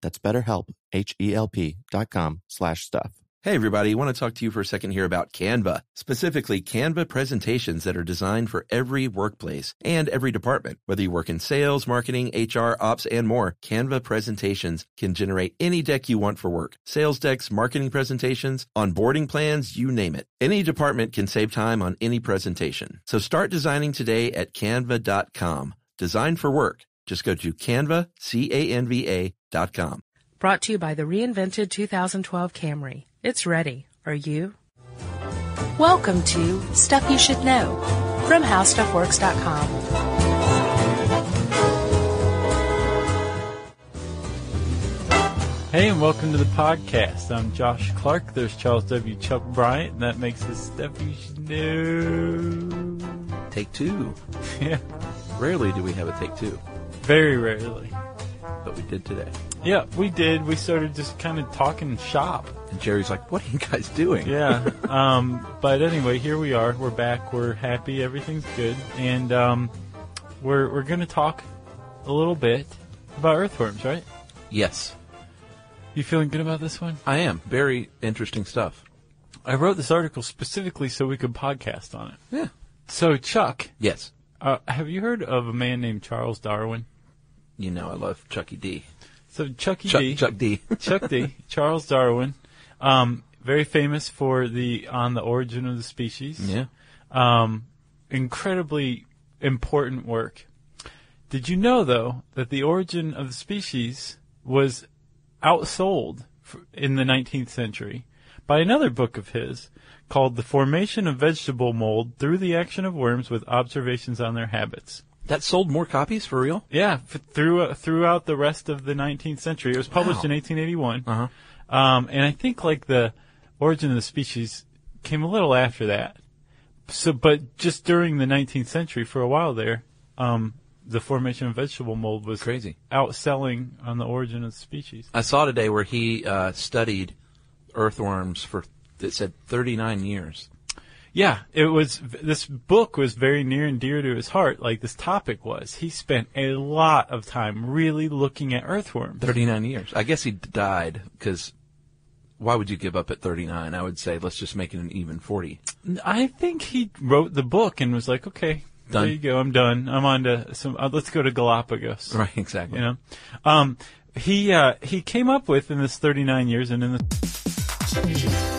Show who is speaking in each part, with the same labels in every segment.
Speaker 1: That's betterhelp, H-E-L-P dot com slash stuff.
Speaker 2: Hey everybody, I want to talk to you for a second here about Canva, specifically Canva presentations that are designed for every workplace and every department. Whether you work in sales, marketing, HR, ops, and more, Canva presentations can generate any deck you want for work. Sales decks, marketing presentations, onboarding plans, you name it. Any department can save time on any presentation. So start designing today at canva.com. Design for work. Just go to canva, C-A-N-V-A dot com.
Speaker 3: Brought to you by the reinvented 2012 Camry. It's ready. Are you? Welcome to Stuff You Should Know from HowStuffWorks.com.
Speaker 4: Hey, and welcome to the podcast. I'm Josh Clark. There's Charles W. Chuck Bryant, and that makes us stuff you should know.
Speaker 2: Take two.
Speaker 4: Yeah,
Speaker 2: Rarely do we have a take two,
Speaker 4: very rarely.
Speaker 2: but we did today.
Speaker 4: Yeah, we did. We started just kind of talking shop.
Speaker 2: And Jerry's like, what are you guys doing?
Speaker 4: Yeah. um, but anyway, here we are. We're back. We're happy. Everything's good, and um, we're we're gonna talk a little bit about earthworms, right?
Speaker 2: Yes,
Speaker 4: You feeling good about this one?
Speaker 2: I am. Very interesting stuff.
Speaker 4: I wrote this article specifically so we could podcast on it.
Speaker 2: Yeah.
Speaker 4: So, Chuck,
Speaker 2: Yes.
Speaker 4: uh, have you heard of a man named Charles Darwin?
Speaker 2: You know I love Chucky D.
Speaker 4: So, Chuck E.
Speaker 2: Chuck,
Speaker 4: D.
Speaker 2: Chuck D.
Speaker 4: Chuck D. Charles Darwin, um, very famous for the on the origin of the species.
Speaker 2: yeah.
Speaker 4: Um, incredibly important work. Did you know though that the origin of the species was outsold f- in the 19th century by another book of his called "The Formation of Vegetable Mold Through the Action of Worms with Observations on Their Habits."
Speaker 2: That sold more copies for real?
Speaker 4: Yeah, f- through, uh, throughout the rest of the 19th century. It was published
Speaker 2: Wow.
Speaker 4: in 1881.
Speaker 2: Uh-huh.
Speaker 4: Um, and I think like the origin of the species came a little after that. So, but just during the 19th century, for a while there, um, the formation of vegetable mold was
Speaker 2: Crazy.
Speaker 4: outselling on the origin of the species.
Speaker 2: I saw today where he uh, studied earthworms for it said 39 years.
Speaker 4: Yeah, it was. This book was very near and dear to his heart. Like this topic was, he spent a lot of time really looking at earthworms.
Speaker 2: 39 years. I guess he d- died because why would you give up at 39? I would say let's just make it an even 40.
Speaker 4: I think he wrote the book and was like, okay,
Speaker 2: Done.
Speaker 4: there you go. I'm done. I'm on to some. Uh, let's go to Galapagos.
Speaker 2: Right, exactly.
Speaker 4: You know, um, he uh, he came up with in this 39 years and in the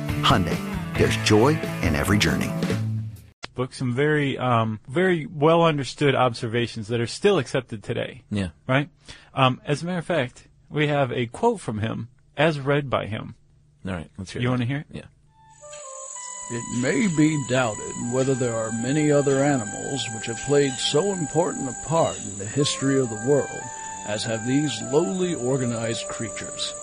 Speaker 5: Hyundai, there's joy in every journey.
Speaker 4: book some very, um, very well understood observations that are still accepted today.
Speaker 2: Yeah.
Speaker 4: Right? Um, as a matter of fact, we have a quote from him as read by him.
Speaker 2: All right. Let's hear
Speaker 4: You
Speaker 2: that.
Speaker 4: want to hear it?
Speaker 2: Yeah.
Speaker 6: It may be doubted whether there are many other animals which have played so important a part in the history of the world as have these lowly organized creatures.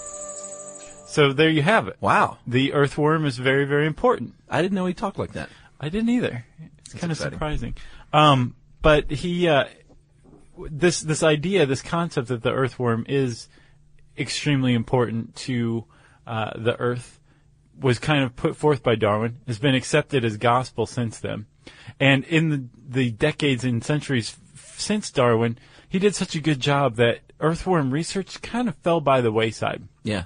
Speaker 4: So there you have it.
Speaker 2: Wow.
Speaker 4: The earthworm is very, very important.
Speaker 2: I didn't know he talked like that.
Speaker 4: I didn't either. It's kind of
Speaker 2: exciting.
Speaker 4: surprising. Um, but he, uh, w- this this idea, this concept that the earthworm is extremely important to uh, the Earth was kind of put forth by Darwin. Has been accepted as gospel since then, and in the the decades and centuries f- since Darwin, he did such a good job that earthworm research kind of fell by the wayside
Speaker 2: Yeah.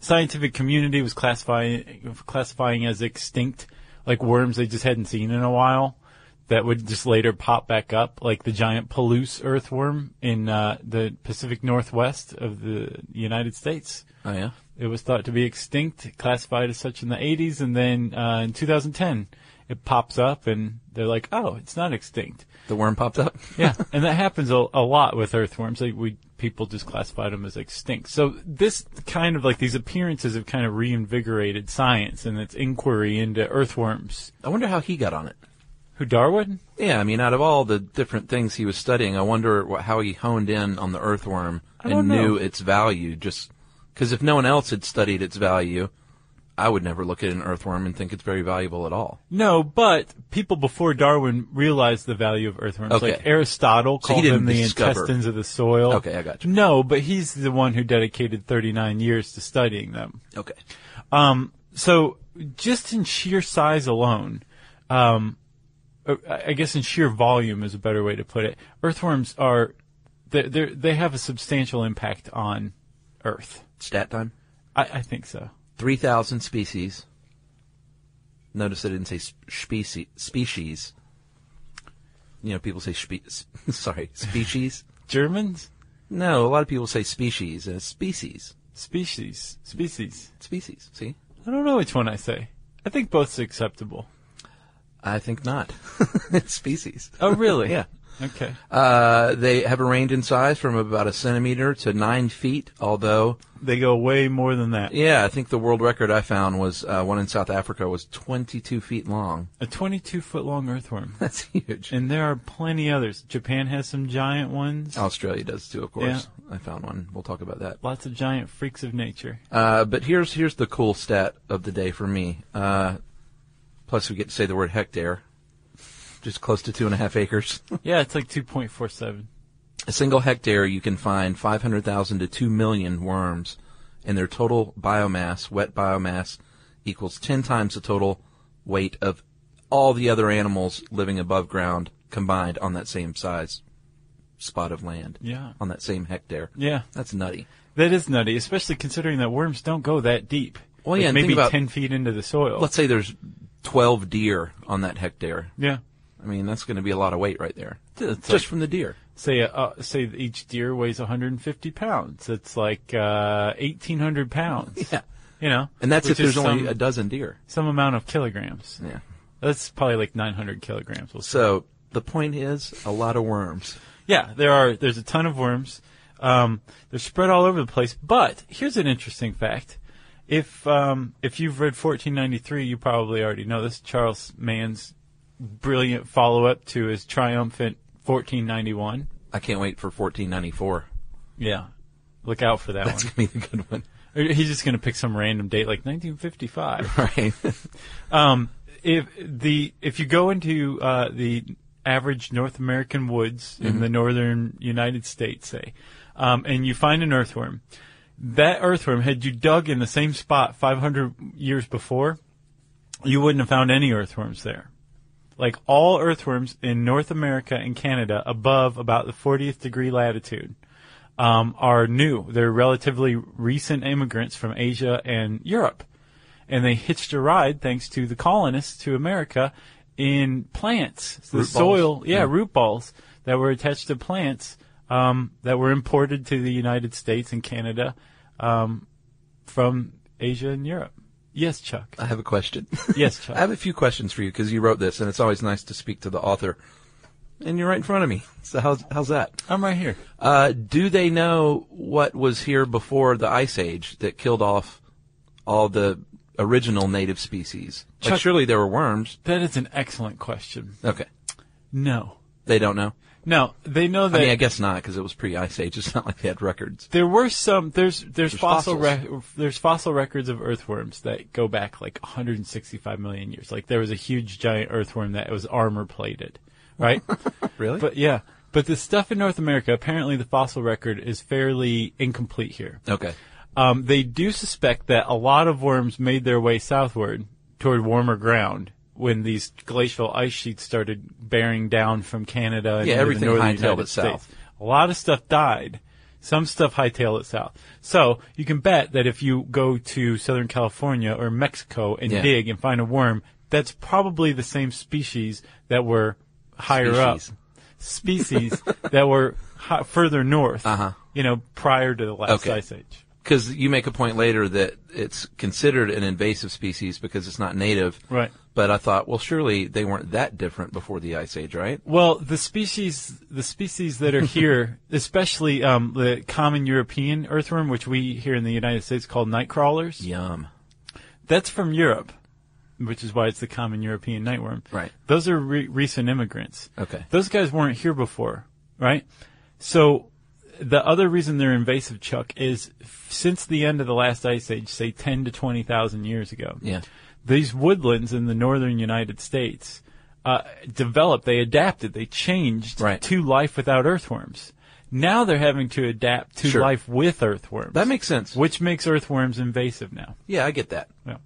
Speaker 4: scientific community was classifying classifying as extinct, like worms they just hadn't seen in a while, that would just later pop back up, like the giant Palouse earthworm in uh, the Pacific Northwest of the United States.
Speaker 2: Oh yeah.
Speaker 4: It was thought to be extinct, classified as such in the 80s, and then uh, in 2010, it pops up, and they're like, "Oh, it's not extinct."
Speaker 2: The worm popped up.
Speaker 4: yeah, and that happens a, a lot with earthworms. Like we people just classified them as extinct. So this kind of like these appearances have kind of reinvigorated science and its inquiry into earthworms.
Speaker 2: I wonder how he got on it.
Speaker 4: Who Darwin?
Speaker 2: Yeah, I mean, out of all the different things he was studying, I wonder what, how he honed in on the earthworm
Speaker 4: I
Speaker 2: and
Speaker 4: don't know.
Speaker 2: knew its value. Just because if no one else had studied its value, I would never look at an earthworm and think it's very valuable at all.
Speaker 4: No, but people before Darwin realized the value of earthworms.
Speaker 2: Okay.
Speaker 4: Like Aristotle
Speaker 2: So he
Speaker 4: called
Speaker 2: didn't
Speaker 4: them the
Speaker 2: discover-
Speaker 4: intestines of the soil.
Speaker 2: Okay, I got you.
Speaker 4: No, but he's the one who dedicated 39 years to studying them.
Speaker 2: Okay.
Speaker 4: Um, so just in sheer size alone, um, uh, I guess in sheer volume is a better way to put it. Earthworms are they they they have a substantial impact on Earth.
Speaker 2: Stat time:
Speaker 4: I, I think so.
Speaker 2: three thousand species. Notice I didn't say sp- species. Species. You know, people say spe- s- sorry species.
Speaker 4: Germans
Speaker 2: No, a lot of people say species and it's species.
Speaker 4: species species.
Speaker 2: Species. See,
Speaker 4: I don't know which one I say. I think both's acceptable.
Speaker 2: I think not. it's species.
Speaker 4: Oh really?
Speaker 2: Yeah.
Speaker 4: Okay.
Speaker 2: Uh, they have a range in size from about a centimeter to nine feet. Although,
Speaker 4: They go way more than that.
Speaker 2: yeah, I think the world record I found was uh, one in South Africa was 22 feet long.
Speaker 4: A 22 foot long earthworm,
Speaker 2: That's huge.
Speaker 4: and there are plenty others. Japan has some giant ones.
Speaker 2: Australia does too, of course. I found one. We'll talk about that.
Speaker 4: Lots of giant freaks of nature.
Speaker 2: Uh, but here's here's the cool stat of the day for me. Uh, plus, we get to say the word hectare, just close to two and a half acres.
Speaker 4: Yeah, it's like 2.47.
Speaker 2: a single hectare, you can find 500,000 to 2 million worms, and their total biomass, wet biomass, equals 10 times the total weight of all the other animals living above ground combined on that same size spot of land.
Speaker 4: Yeah.
Speaker 2: On that same hectare.
Speaker 4: Yeah,
Speaker 2: That's nutty.
Speaker 4: that is nutty, especially considering that worms don't go that deep.
Speaker 2: Well,
Speaker 4: Like,
Speaker 2: yeah, and think
Speaker 4: maybe
Speaker 2: about-
Speaker 4: 10 feet into the soil.
Speaker 2: Let's say there's 12 deer on that hectare.
Speaker 4: yeah.
Speaker 2: I mean, that's going to be a lot of weight right there.
Speaker 4: It's
Speaker 2: Just
Speaker 4: like-
Speaker 2: from the deer.
Speaker 4: Say, uh, uh, say that each deer weighs 150 pounds. It's like, uh, 1800 pounds.
Speaker 2: Yeah.
Speaker 4: You know?
Speaker 2: And that's if
Speaker 4: which
Speaker 2: there's
Speaker 4: is
Speaker 2: only
Speaker 4: some,
Speaker 2: a dozen deer.
Speaker 4: some amount of kilograms.
Speaker 2: Yeah.
Speaker 4: That's probably like 900 kilograms. We'll say.
Speaker 2: So the point is a lot of worms.
Speaker 4: Yeah, there are. There's a ton of worms. Um, they're spread all over the place. But here's an interesting fact: if um, if you've read 1493, you probably already know this. Charles Mann's brilliant follow-up to his triumphant 1491.
Speaker 2: I can't wait for 1494.
Speaker 4: Yeah, look out for that
Speaker 2: That's
Speaker 4: one.
Speaker 2: gonna be the good one,
Speaker 4: Or He's just going to pick some random date like 1955.
Speaker 2: right?
Speaker 4: Um, if the if you go into uh, the average North American woods in the northern United States, say, um, and you find an earthworm, that earthworm had you dug in the same spot 500 years before, you wouldn't have found any earthworms there. Like all earthworms in North America and Canada above about the 40th degree latitude um, are new. They're relatively recent immigrants from Asia and Europe and they hitched a ride thanks to the colonists to America in plants, the
Speaker 2: Root balls? Mm-hmm.
Speaker 4: soil, yeah,
Speaker 2: Yeah.
Speaker 4: root balls that were attached to plants um, that were imported to the United States and Canada um, from Asia and Europe. Yes, Chuck.
Speaker 2: I have a question.
Speaker 4: Yes, Chuck.
Speaker 2: I have a few questions for you because you wrote this, and it's always nice to speak to the author. And you're right in front of me. So how's how's that?
Speaker 4: I'm right here.
Speaker 2: Uh, do they know what was here before the Ice Age that killed off all the original native species? like
Speaker 4: Chuck-
Speaker 2: surely there were worms.
Speaker 4: That is an excellent question.
Speaker 2: Okay,
Speaker 4: No.
Speaker 2: they don't know.
Speaker 4: No, they know that
Speaker 2: I mean, I guess not because it was pre-Ice Age. It's not like they had records.
Speaker 4: there were some there's there's, fossil
Speaker 2: fossils.
Speaker 4: re- there's fossil records of earthworms that go back like 165 million years. Like there was a huge giant earthworm that was armor plated, right?
Speaker 2: Really?
Speaker 4: But yeah, but the stuff in North America, apparently the fossil record is fairly incomplete here.
Speaker 2: okay.
Speaker 4: Um, they do suspect that a lot of worms made their way southward toward warmer ground when these glacial ice sheets started bearing down from Canada and
Speaker 2: Yeah,
Speaker 4: into
Speaker 2: everything
Speaker 4: the northern
Speaker 2: hightailed
Speaker 4: United
Speaker 2: it south.
Speaker 4: States. A lot of stuff died. Some stuff hightailed it south. So you can bet that if you go to Southern California or Mexico and
Speaker 2: Yeah.
Speaker 4: dig and find a worm, that's probably the same species that were higher
Speaker 2: Species.
Speaker 4: up species that were hi- further north.
Speaker 2: Uh-huh.
Speaker 4: You know, prior to the last
Speaker 2: Okay.
Speaker 4: ice age.
Speaker 2: Because you make a point later that it's considered an invasive species because it's not native.
Speaker 4: Right.
Speaker 2: But I thought, well, surely they weren't that different before the Ice Age, right?
Speaker 4: Well, the species the species that are here, especially um, the common European earthworm, which we here in the United States call night crawlers,
Speaker 2: Yum.
Speaker 4: that's from Europe, which is why it's the common European nightworm.
Speaker 2: Right.
Speaker 4: Those are re- recent immigrants.
Speaker 2: Okay.
Speaker 4: Those guys weren't here before, right? So the other reason they're invasive, Chuck, is f- since the end of the last ice age, say ten to twenty thousand years ago
Speaker 2: Yeah.
Speaker 4: these woodlands in the northern United States uh, developed, they adapted, they changed
Speaker 2: Right.
Speaker 4: to life without earthworms. Now they're having to adapt to
Speaker 2: Sure.
Speaker 4: life with earthworms.
Speaker 2: That makes sense.
Speaker 4: which makes earthworms invasive now.
Speaker 2: Yeah, I get that.
Speaker 4: Yeah,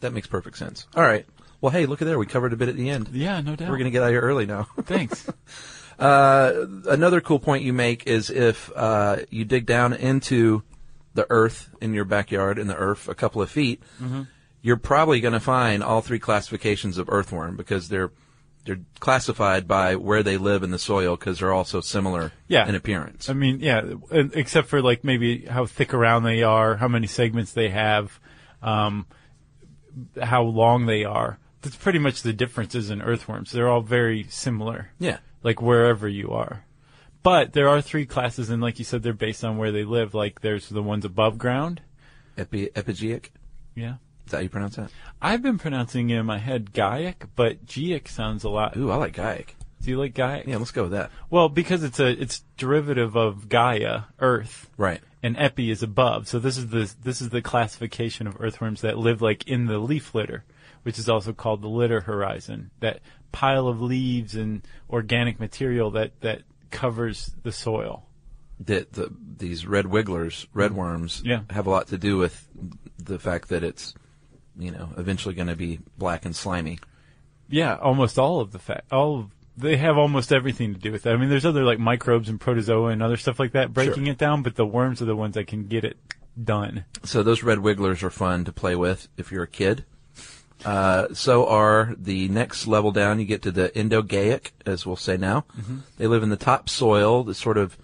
Speaker 2: That makes perfect sense. All right. Well, hey, look at there. We covered a bit at the end.
Speaker 4: yeah no doubt.
Speaker 2: We're going to get out of here early now.
Speaker 4: Thanks.
Speaker 2: Uh, another cool point you make is if uh, you dig down into the earth in your backyard in the earth a couple of feet, you're probably going to find all three classifications of earthworm because they're they're classified by where they live in the soil because they're all so similar
Speaker 4: Yeah. Um,
Speaker 2: in appearance.
Speaker 4: I mean, yeah, and- except for like maybe how thick around they are, how many segments they have, um, how long they are. That's pretty much the differences in earthworms. They're all very similar.
Speaker 2: yeah.
Speaker 4: like wherever you are. But there are three classes, and like you said, they're based on where they live. Like there's the ones above ground.
Speaker 2: Epi- epigeic.
Speaker 4: Yeah.
Speaker 2: Is that how you pronounce that?
Speaker 4: I've been pronouncing it in my head Gaiac, but Gaiac sounds a lot.
Speaker 2: Ooh, I like gaic.
Speaker 4: Do you like Gaiac?
Speaker 2: Yeah, let's go with that.
Speaker 4: Well, because it's a it's derivative of Gaia, Earth,
Speaker 2: Right.
Speaker 4: and epi is above. So this is the this is the classification of earthworms that live like in the leaf litter, which is also called the litter horizon. That pile of leaves and organic material that that covers the soil.
Speaker 2: that the, these red wigglers, red worms,
Speaker 4: Mm-hmm. Yeah.
Speaker 2: have a lot to do with the fact that it's, you know, eventually going to be black and slimy.
Speaker 4: Yeah, almost all of the fat. All of, they have almost everything to do with that. I mean, there's other like microbes and protozoa and other stuff like that breaking it down, but the worms are the ones that can get it done.
Speaker 2: So those red wigglers are fun to play with if you're a kid. Uh, so are the next level down. You get to the Indogaic, as we'll say now.
Speaker 4: Mm-hmm.
Speaker 2: They live in the top soil, the sort of,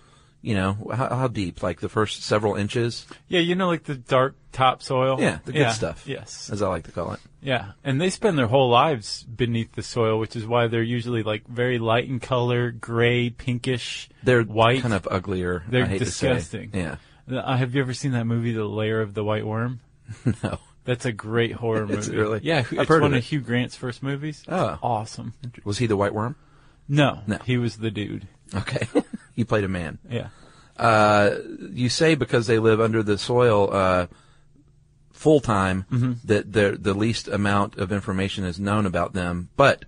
Speaker 2: you know, how, how deep? Like the first several inches.
Speaker 4: Yeah, you know, like the dark topsoil.
Speaker 2: Yeah, the good stuff.
Speaker 4: Oh, Yes.
Speaker 2: as I like to call it.
Speaker 4: Yeah, and they spend their whole lives beneath the soil, which is why they're usually like very light in color, gray, pinkish.
Speaker 2: They're
Speaker 4: white.
Speaker 2: kind of uglier. I
Speaker 4: They're
Speaker 2: hate to say.
Speaker 4: disgusting.
Speaker 2: Yeah,
Speaker 4: Uh, have you ever seen that movie, The Lair of the White Worm?
Speaker 2: no,
Speaker 4: That's a great horror movie.
Speaker 2: Is it really?
Speaker 4: Yeah,
Speaker 2: I've
Speaker 4: it's
Speaker 2: heard of
Speaker 4: one
Speaker 2: it.
Speaker 4: of Hugh Grant's first movies. It's
Speaker 2: Oh.
Speaker 4: awesome.
Speaker 2: was he the white worm?
Speaker 4: No,
Speaker 2: No.
Speaker 4: he was the dude.
Speaker 2: Okay, he played a man.
Speaker 4: Yeah.
Speaker 2: uh, you say because they live under the soil uh, full time
Speaker 4: Mm-hmm.
Speaker 2: that the the least amount of information is known about them. But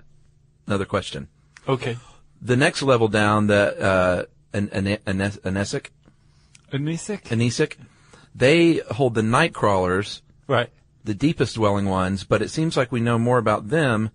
Speaker 2: another question:
Speaker 4: Okay.
Speaker 2: the next level down, the uh, an, an, anes- anesic,
Speaker 4: Anisic?
Speaker 2: anesic, they hold the night crawlers,
Speaker 4: right.
Speaker 2: the deepest dwelling ones. But it seems like we know more about them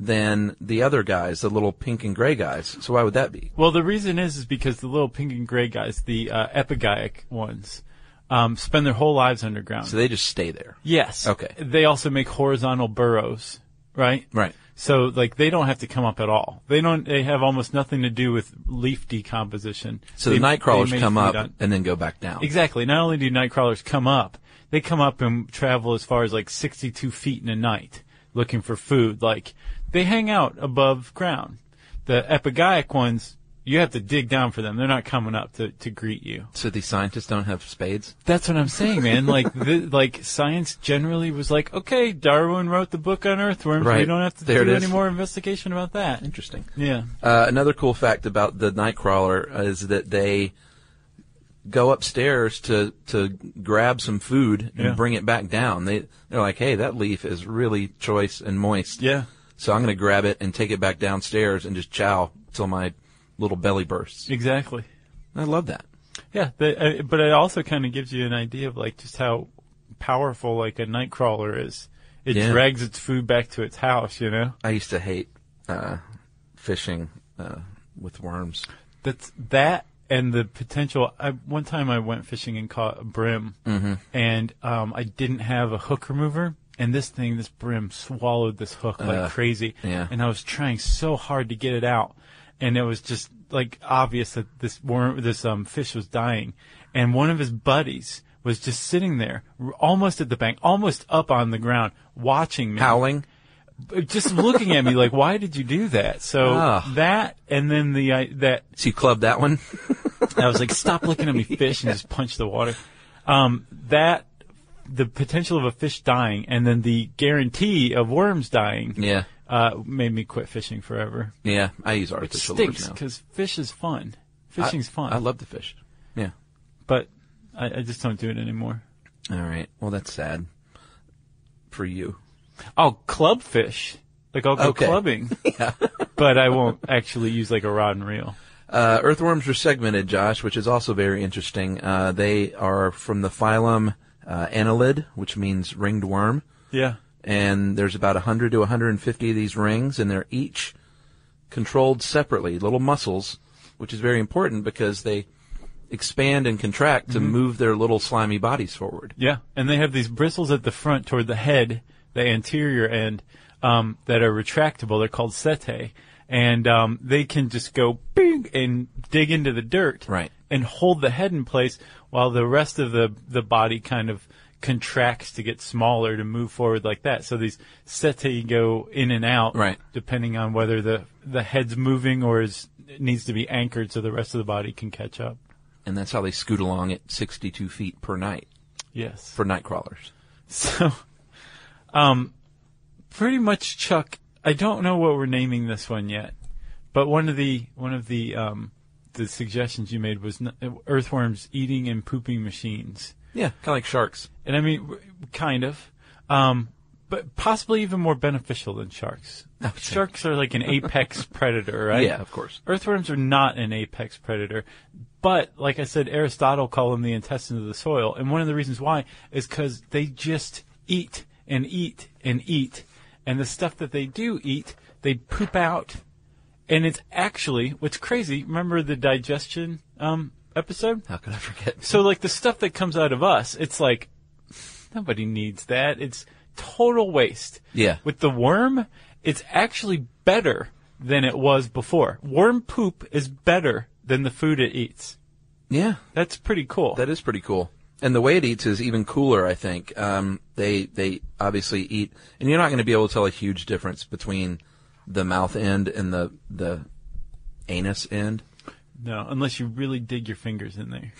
Speaker 2: than the other guys, the little pink and gray guys. So why would that be?
Speaker 4: Well, the reason is is because the little pink and gray guys, the uh, epigeic ones, um, spend their whole lives underground.
Speaker 2: So they just stay there.
Speaker 4: yes.
Speaker 2: Okay.
Speaker 4: They also make horizontal burrows, right?
Speaker 2: Right.
Speaker 4: So like they don't have to come up at all. They don't. They have almost nothing to do with leaf decomposition.
Speaker 2: So
Speaker 4: They-
Speaker 2: the night crawlers
Speaker 4: they may
Speaker 2: come
Speaker 4: feed
Speaker 2: up
Speaker 4: on-
Speaker 2: and then go back down.
Speaker 4: Exactly. Not only do night crawlers come up, they come up and travel as far as like 62 feet in a night looking for food. Like they hang out above ground. The epigaic ones, you have to dig down for them. They're not coming up to, to greet you.
Speaker 2: So these scientists don't have spades.
Speaker 4: That's what I'm saying, man. like, the, like science generally was like, okay, Darwin wrote the book on earthworms. We
Speaker 2: Right.
Speaker 4: don't have to
Speaker 2: There
Speaker 4: do
Speaker 2: it
Speaker 4: any
Speaker 2: is.
Speaker 4: more investigation about that.
Speaker 2: Interesting.
Speaker 4: Yeah.
Speaker 2: Uh, another cool fact about the Nightcrawler is that they go upstairs to to grab some food and
Speaker 4: Yeah.
Speaker 2: bring it back down. They they're like, hey, that leaf is really choice and moist.
Speaker 4: Yeah.
Speaker 2: So I'm going to grab it and take it back downstairs and just chow till my little belly bursts.
Speaker 4: Exactly.
Speaker 2: I love that.
Speaker 4: Yeah, the, uh, but it also kind of gives you an idea of like just how powerful like a night crawler is. It
Speaker 2: Yeah.
Speaker 4: drags its food back to its house, you know.
Speaker 2: I used to hate uh, fishing uh, with worms.
Speaker 4: That's that and the potential. I, one time I went fishing and caught a brim,
Speaker 2: Mm-hmm.
Speaker 4: and um, I didn't have a hook remover. And this thing, this brim, swallowed this hook like
Speaker 2: Ugh.
Speaker 4: crazy.
Speaker 2: Yeah.
Speaker 4: And I was trying so hard to get it out, and it was just like obvious that this worm, this um, fish was dying. And one of his buddies was just sitting there, r- almost at the bank, almost up on the ground, watching me
Speaker 2: Howling.
Speaker 4: just looking at me like, why did you do that? So
Speaker 2: Ah.
Speaker 4: that, and then the I, that
Speaker 2: So you clubbed that one.
Speaker 4: I was like, stop looking at me, fish, and just punch the water. Um, that the potential of a fish dying, and then the guarantee of worms dying,
Speaker 2: yeah.
Speaker 4: uh, made me quit fishing forever.
Speaker 2: Yeah. I use
Speaker 4: Which
Speaker 2: artificial
Speaker 4: stinks
Speaker 2: lures now.
Speaker 4: because fish is fun.
Speaker 2: I-
Speaker 4: Fishing's fun,
Speaker 2: I love to fish. Yeah.
Speaker 4: but I, I just don't do it anymore.
Speaker 2: All right. Well, that's sad for you.
Speaker 4: I'll Oh, club fish, like I'll go
Speaker 2: Okay.
Speaker 4: clubbing, but I won't actually use like a rod and reel.
Speaker 2: Uh, earthworms are segmented, Josh, which is also very interesting. Uh, they are from the phylum uh, Annelid, which means ringed worm,
Speaker 4: Yeah,
Speaker 2: and there's about 100 to 150 of these rings, and they're each controlled separately, little muscles, which is very important because they expand and contract to move their little slimy bodies forward.
Speaker 4: Yeah, and they have these bristles at the front toward the head, the anterior end, um, that are retractable. They're called setae, and um, they can just go bing and dig into the dirt,
Speaker 2: Right.
Speaker 4: and hold the head in place while the rest of the the body kind of contracts to get smaller to move forward like that. So these setae go in and out,
Speaker 2: Right.
Speaker 4: depending on whether the the head's moving or is needs to be anchored so the rest of the body can catch up.
Speaker 2: And that's how they scoot along at 62 feet per night
Speaker 4: Yes.
Speaker 2: for night crawlers.
Speaker 4: So, um, pretty much, Chuck. I don't know what we're naming this one yet, but one of the one of the um, the suggestions you made was n- earthworms eating and pooping machines,
Speaker 2: Yeah, kind of like sharks.
Speaker 4: and I mean, w- kind of, um, but possibly even more beneficial than sharks. Sharks are like an apex predator, right?
Speaker 2: Yeah, of course.
Speaker 4: Earthworms are not an apex predator, but like I said, Aristotle called them the intestine of the soil, and one of the reasons why is because they just eat and eat and eat, and the stuff that they do eat, they poop out, and it's actually what's crazy. Remember the digestion um, episode?
Speaker 2: How could I forget?
Speaker 4: So like the stuff that comes out of us, it's like nobody needs that. It's total waste.
Speaker 2: Yeah.
Speaker 4: With the worm, it's actually better than it was before. Worm poop is better than the food it eats.
Speaker 2: Yeah,
Speaker 4: That's pretty cool.
Speaker 2: That is pretty cool. And the way it eats is even cooler, I think. Um, they they obviously eat, and you're not going to be able to tell a huge difference between the mouth end and the the anus end.
Speaker 4: no, unless you really dig your fingers in there.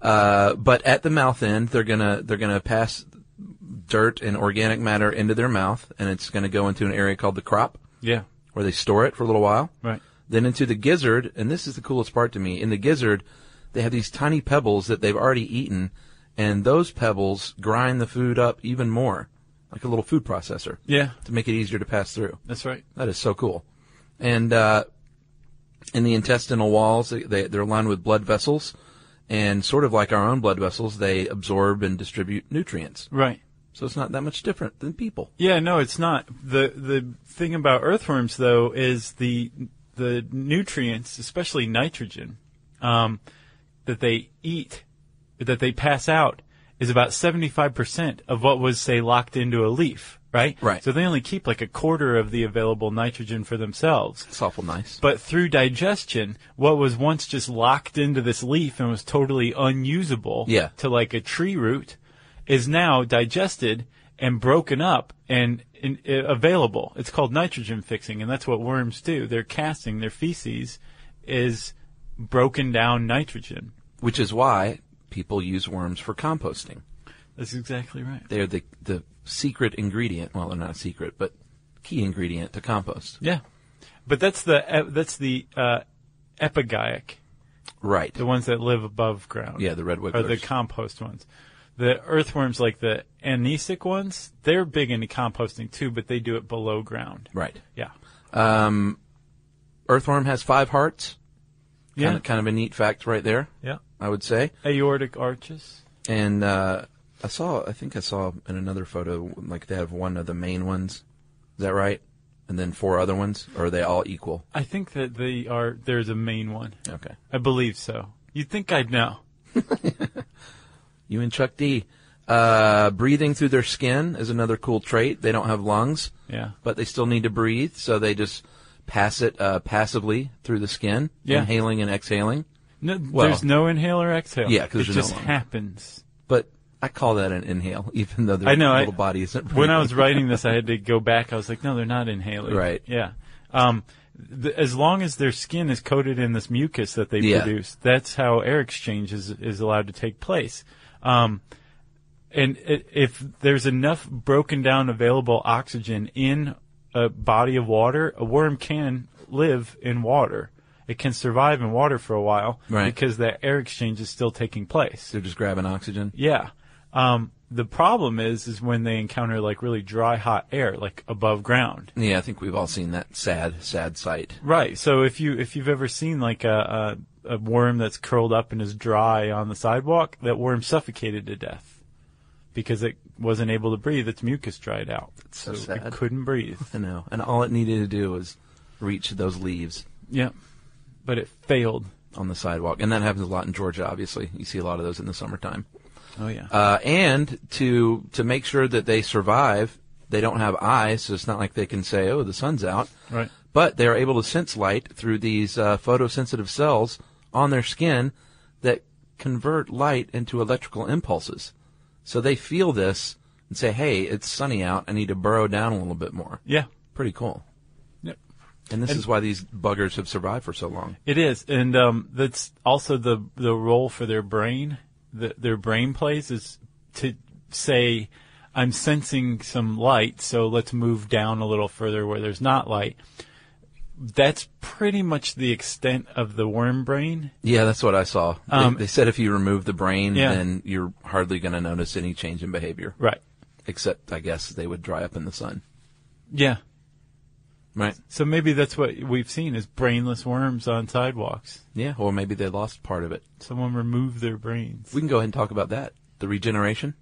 Speaker 2: Uh, but at the mouth end, they're gonna they're gonna pass dirt and organic matter into their mouth, and it's gonna go into an area called the crop
Speaker 4: Yeah.
Speaker 2: where they store it for a little while.
Speaker 4: Right.
Speaker 2: Then into the gizzard, and this is the coolest part to me. In the gizzard, they have these tiny pebbles that they've already eaten, and those pebbles grind the food up even more, like a little food processor,
Speaker 4: Yeah.
Speaker 2: to make it easier to pass through.
Speaker 4: That's right.
Speaker 2: That is so cool. And uh, in the intestinal walls, they- they, they're lined with blood vessels, and sort of like our own blood vessels, they absorb and distribute nutrients.
Speaker 4: Right.
Speaker 2: So it's not that much different than people.
Speaker 4: Yeah, no, it's not. The the thing about earthworms though is the the nutrients, especially nitrogen, um, that they eat that they pass out is about 75% of what was, say, locked into a leaf, right?
Speaker 2: Right.
Speaker 4: So they only keep like a quarter of the available nitrogen for themselves.
Speaker 2: It's awful nice.
Speaker 4: But through digestion, what was once just locked into this leaf and was totally unusable
Speaker 2: Yeah.
Speaker 4: to like a tree root is now digested and broken up and in, uh, available. It's called nitrogen fixing, and that's what worms do. They're casting their feces is broken down nitrogen.
Speaker 2: Which is why people use worms for composting.
Speaker 4: That's exactly right.
Speaker 2: They're the the secret ingredient. Well, they're not secret, but key ingredient to compost.
Speaker 4: Yeah, but that's the uh, that's the uh, epigeic,
Speaker 2: Right.
Speaker 4: the ones that live above ground.
Speaker 2: Yeah, the red
Speaker 4: Or the
Speaker 2: wigglers.
Speaker 4: compost ones. The earthworms, like the anisic ones, they're big into composting too, but they do it below ground.
Speaker 2: Right.
Speaker 4: Yeah.
Speaker 2: Um, earthworm has five hearts.
Speaker 4: Yeah.
Speaker 2: Kind of, kind of a neat fact right there,
Speaker 4: yeah.
Speaker 2: I would say.
Speaker 4: Aortic arches.
Speaker 2: And uh, I saw, I think I saw in another photo, like they have one of the main ones. Is that right? And then four other ones, or are they all equal?
Speaker 4: I think that they are. There's a main one.
Speaker 2: Okay.
Speaker 4: I believe so. You'd think I'd know.
Speaker 2: You and Chuck D. Uh, breathing through their skin is another cool trait. They don't have lungs,
Speaker 4: Yeah.
Speaker 2: but they still need to breathe, so they just pass it uh, passively through the skin,
Speaker 4: Yeah.
Speaker 2: inhaling and exhaling.
Speaker 4: No,
Speaker 2: Well-
Speaker 4: there's no inhale or exhale.
Speaker 2: Yeah, 'cause
Speaker 4: it
Speaker 2: there's no
Speaker 4: just
Speaker 2: lung.
Speaker 4: happens.
Speaker 2: But I call that an inhale, even though their
Speaker 4: I know, I-
Speaker 2: little body isn't. Breathing.
Speaker 4: When I was writing this, I had to go back. I was like, no, they're not inhalers.
Speaker 2: Right.
Speaker 4: Yeah. Um, th- as long as their skin is coated in this mucus that they
Speaker 2: Yeah.
Speaker 4: produce, that's how air exchange is, is allowed to take place. Um, and i if there's enough broken down available oxygen in a body of water, a worm can live in water. It can survive in water for a while
Speaker 2: Right.
Speaker 4: because that air exchange is still taking place.
Speaker 2: they're just grabbing oxygen.
Speaker 4: Yeah. Um, the problem is, is when they encounter like really dry, hot air, like above ground.
Speaker 2: Yeah, I think we've all seen that sad, sad sight.
Speaker 4: Right. So if you if you've ever seen like a, a a worm that's curled up and is dry on the sidewalk, that worm suffocated to death because it wasn't able to breathe. Its mucus dried out,
Speaker 2: so
Speaker 4: it
Speaker 2: sad.
Speaker 4: couldn't breathe.
Speaker 2: I know, and all it needed to do was reach those leaves
Speaker 4: yeah. But it failed.
Speaker 2: on the sidewalk, and that happens a lot in Georgia. Obviously, you see a lot of those in the summertime.
Speaker 4: Oh yeah.
Speaker 2: Uh, and to to make sure that they survive, they don't have eyes, so it's not like they can say, "Oh, the sun's out."
Speaker 4: Right.
Speaker 2: But they are able to sense light through these uh, photosensitive cells on their skin that convert light into electrical impulses. So they feel this and say, "Hey, it's sunny out. I need to burrow down a little bit more."
Speaker 4: yeah.
Speaker 2: Pretty cool.
Speaker 4: Yep.
Speaker 2: And this is why these buggers have survived for so long.
Speaker 4: It is, and um, that's also the the role for their brain. The, their brain plays is to say, "I'm sensing some light, so let's move down a little further where there's not light." That's pretty much the extent of the worm brain.
Speaker 2: Yeah, that's what I saw. They-
Speaker 4: Um,
Speaker 2: they, said if you remove the brain,
Speaker 4: Yeah.
Speaker 2: then you're hardly going to notice any change in behavior.
Speaker 4: Right.
Speaker 2: except I guess they would dry up in the sun,
Speaker 4: Yeah.
Speaker 2: right?
Speaker 4: So maybe that's what we've seen is brainless worms on sidewalks.
Speaker 2: Yeah, or maybe they lost part of it.
Speaker 4: Someone removed their brains.
Speaker 2: We can go ahead and talk about that, the regeneration,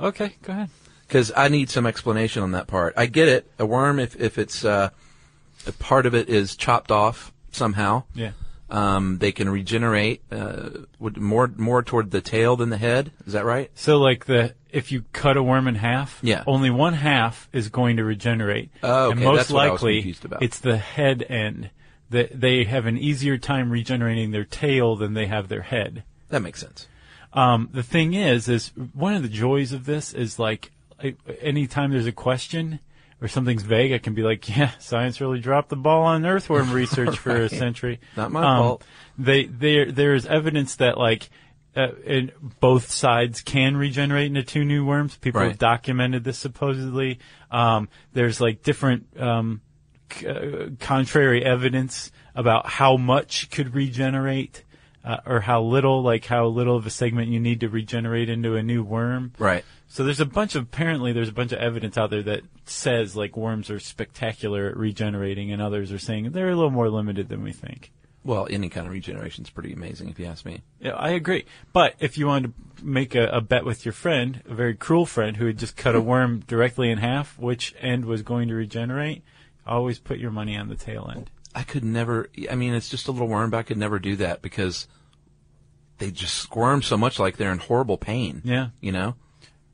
Speaker 4: Okay, go ahead.
Speaker 2: because I need some explanation on that part. I get it, a worm if if it's uh, a part of it is chopped off somehow.
Speaker 4: Yeah.
Speaker 2: Um, they can regenerate uh, would- more more toward the tail than the head. Is that right?
Speaker 4: So like the if you cut a worm in half,
Speaker 2: Yeah.
Speaker 4: only one half is going to regenerate.
Speaker 2: Oh, okay,
Speaker 4: And most
Speaker 2: that's what I
Speaker 4: likely
Speaker 2: was confused about.
Speaker 4: it's the head end. That they have an easier time regenerating their tail than they have their head.
Speaker 2: That makes sense.
Speaker 4: Um, the thing is, is one of the joys of this is like I- anytime there's a question or something's vague, I can be like, yeah, science really dropped the ball on earthworm research for a
Speaker 2: Right.
Speaker 4: century. Um,
Speaker 2: Not my fault.
Speaker 4: They, there, there is evidence that like, uh, in both sides can regenerate into two new worms. People
Speaker 2: Right.
Speaker 4: have documented this supposedly. Um, there's like different, um, c- uh, contrary evidence about how much could regenerate uh, or how little, like how little of a segment you need to regenerate into a new worm.
Speaker 2: Right.
Speaker 4: So there's a bunch of apparently there's a bunch of evidence out there that says like worms are spectacular at regenerating, and others are saying they're a little more limited than we think.
Speaker 2: Well, any kind of regeneration is pretty amazing, if you ask me.
Speaker 4: Yeah, I agree. But if you wanted to make a, a bet with your friend, a very cruel friend who had just cut a worm directly in half, which end was going to regenerate, always put your money on the tail end.
Speaker 2: I could never. I mean, it's just a little worm, but I could never do that because they just squirm so much like they're in horrible pain.
Speaker 4: Yeah.
Speaker 2: You know?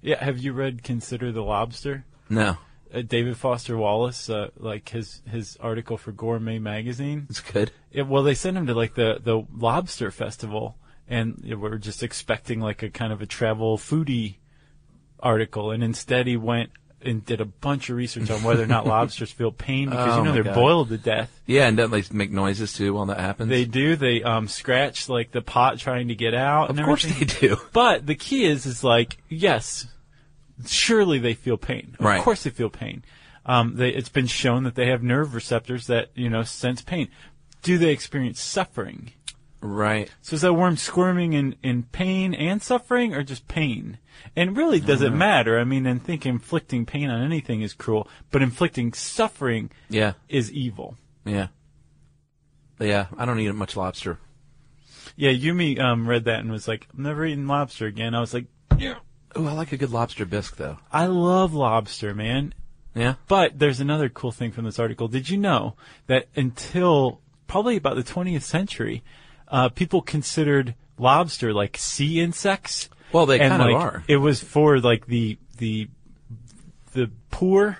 Speaker 4: Yeah. Have you read Consider the Lobster?
Speaker 2: No.
Speaker 4: Uh, David Foster Wallace, uh, like his, his article for Gourmet Magazine.
Speaker 2: It's good.
Speaker 4: It, well, they sent him to like the, the lobster festival, and you know, we were just expecting like a kind of a travel foodie article, and instead he went and did a bunch of research on whether or not lobsters feel pain because
Speaker 2: Oh,
Speaker 4: you know
Speaker 2: my
Speaker 4: they're
Speaker 2: God.
Speaker 4: boiled to death.
Speaker 2: Yeah, and don't they make noises too while that happens?
Speaker 4: They do. They um, scratch like the pot trying to get out.
Speaker 2: of
Speaker 4: and
Speaker 2: course
Speaker 4: everything.
Speaker 2: they do.
Speaker 4: But the key is, is like, yes, surely they feel pain. Of
Speaker 2: Right.
Speaker 4: course they feel pain. Um, they, it's been shown that they have nerve receptors that, you know, sense pain. Do they experience suffering?
Speaker 2: Right.
Speaker 4: So is that worm squirming in, in pain and suffering or just pain? And really, does it matter? I mean, I think inflicting pain on anything is cruel, but inflicting suffering
Speaker 2: Yeah.
Speaker 4: is evil.
Speaker 2: Yeah. Yeah. I don't eat much lobster.
Speaker 4: Yeah, Yumi um, read that and was like, I'm never eating lobster again. I was like,
Speaker 2: Oh, I like a good lobster bisque though.
Speaker 4: I love lobster, man.
Speaker 2: Yeah.
Speaker 4: But there's another cool thing from this article. Did you know that until probably about the 20th century, uh, people considered lobster like sea insects?
Speaker 2: Well, they
Speaker 4: And,
Speaker 2: kind of
Speaker 4: like,
Speaker 2: are.
Speaker 4: It was for like the the the poor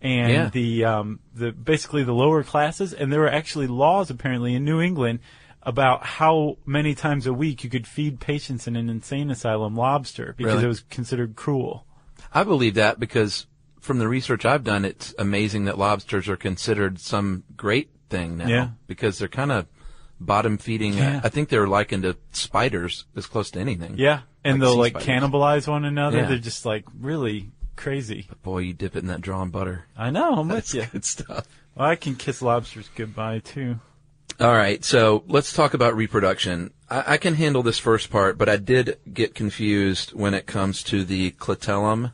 Speaker 4: and
Speaker 2: Yeah.
Speaker 4: the um the basically the lower classes, and there were actually laws apparently in New England about how many times a week you could feed patients in an insane asylum lobster because
Speaker 2: Really?
Speaker 4: it was considered cruel.
Speaker 2: I believe that because from the research I've done, it's amazing that lobsters are considered some great thing now.
Speaker 4: Yeah.
Speaker 2: Because they're kind of bottom feeding.
Speaker 4: Yeah.
Speaker 2: I think they're likened to spiders as close to anything.
Speaker 4: Yeah, and
Speaker 2: Like
Speaker 4: they'll
Speaker 2: sea
Speaker 4: like
Speaker 2: spiders.
Speaker 4: cannibalize one another.
Speaker 2: Yeah.
Speaker 4: They're just like really crazy.
Speaker 2: Boy, you dip it in that drawn butter.
Speaker 4: I know. I'm
Speaker 2: That's
Speaker 4: with you.
Speaker 2: good stuff.
Speaker 4: Well, I can kiss lobsters goodbye too.
Speaker 2: All right, so let's talk about reproduction. I, I can handle this first part, but I did get confused when it comes to the clitellum